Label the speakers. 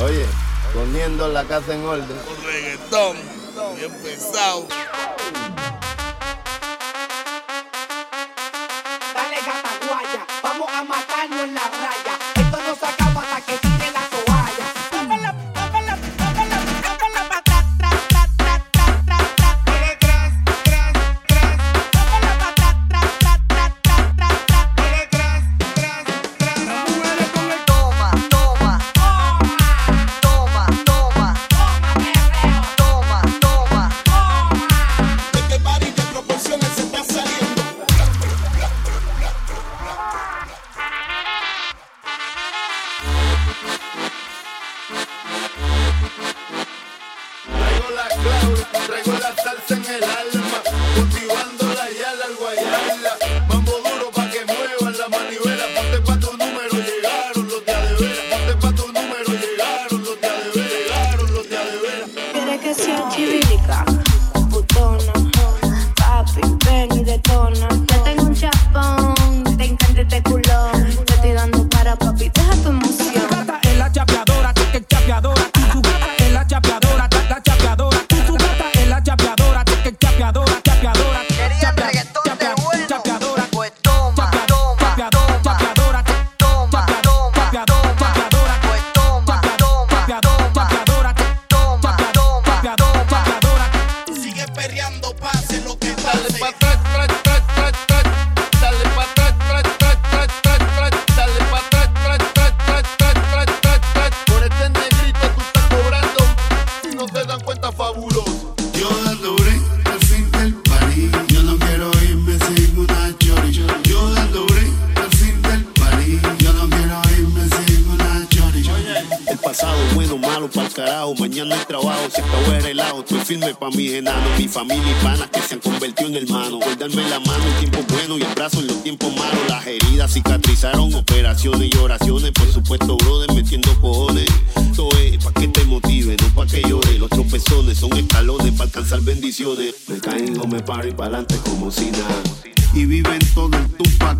Speaker 1: Oye, poniendo la casa en orden.
Speaker 2: Con reggaetón, bien pesado.
Speaker 3: Dale gata guaya, vamos a matarnos en la raya. Esto no se acaba hasta que tire la toalla. Tómala, tómala, tómala, tómala pa' atrás, tras, tras, tras, tras, tras, tras. Dale tras, tras, tras. Tómala pa' atrás, tras, tras, tras, tras, tras, tras. Dale tras, tras, tras. Las mujeres con el toma, toma. Toma, toma, toma. Toma, perreo. Toma, toma. Toma.
Speaker 2: Este party de proporciones se está saliendo.
Speaker 1: Traigo la clave, traigo la salsa en el alma, cultivándola ya la guayala. Mambo duro pa' que muevan la manivela, ponte pa' tu número, llegaron los de adevera, ponte pa' tu número, llegaron los de adevera, llegaron los de adevera.
Speaker 4: Quiere que sea chivirica o putona. Papi, ven y detona. Te tengo un chapón, te encanta este culón. Te estoy dando para papi, deja tu emoción.
Speaker 5: gata es la chapeadora, tú que chapeadora, tú tu gata es la chapeadora, ta- la chapeadora, tú tu gata es la chapeadora, tú que chapeadora, chapeadora.
Speaker 3: Quería
Speaker 5: chapea-
Speaker 3: reggaetón de
Speaker 5: chapea-
Speaker 3: bueno.
Speaker 5: Chapeadora,
Speaker 3: Pues toma,
Speaker 5: chapea-
Speaker 3: toma,
Speaker 5: chapea-
Speaker 3: toma.
Speaker 5: chapeadora,
Speaker 3: Toma,
Speaker 5: chapea-
Speaker 3: toma,
Speaker 5: chapea-
Speaker 3: toma.
Speaker 5: chapeadora,
Speaker 3: Pues toma,
Speaker 5: chapea-
Speaker 3: toma,
Speaker 5: chapea-
Speaker 3: toma.
Speaker 5: chapeadora,
Speaker 3: Toma,
Speaker 5: chapea-
Speaker 3: toma,
Speaker 5: chapea-
Speaker 3: toma.
Speaker 5: chapeadora.
Speaker 2: Sigue perreando, pase lo que
Speaker 1: Dale
Speaker 2: pase.
Speaker 1: pa' atrás, atrás, atrás, atrás, atrás. Dale pa' atrás, atrás, atrás, atrás, atrás, atrás. Dale pa' atrás, atrás, atrás, atrás, atrás, atrás, atrás, atrás. Por este negrito tú estás cobrando, si no se dan cuenta, fabuloso.
Speaker 6: Yo dando break al fin del party. Yo no quiero irme sin una chori. Yo dando break al fin del party. Yo no quiero irme sin una chori.
Speaker 7: El pasado bueno, malo para carajo. Mañana hay trabajo, se acabó el relajo. Estoy firme pa' mis enanos, mi familia y panas que se han convertido en hermanos. Por darme la mano en tiempos buenos y abrazos en los tiempos malos. Las heridas cicatrizaron, operaciones y oraciones. Por supuesto, brother, metiendo cojones. Esto es pa' que te motive, no pa' que llore. Los tropezones son escalones para alcanzar bendiciones. Me caigo, me paro y pa'lante como si nada.
Speaker 6: Y viven todo en Tupac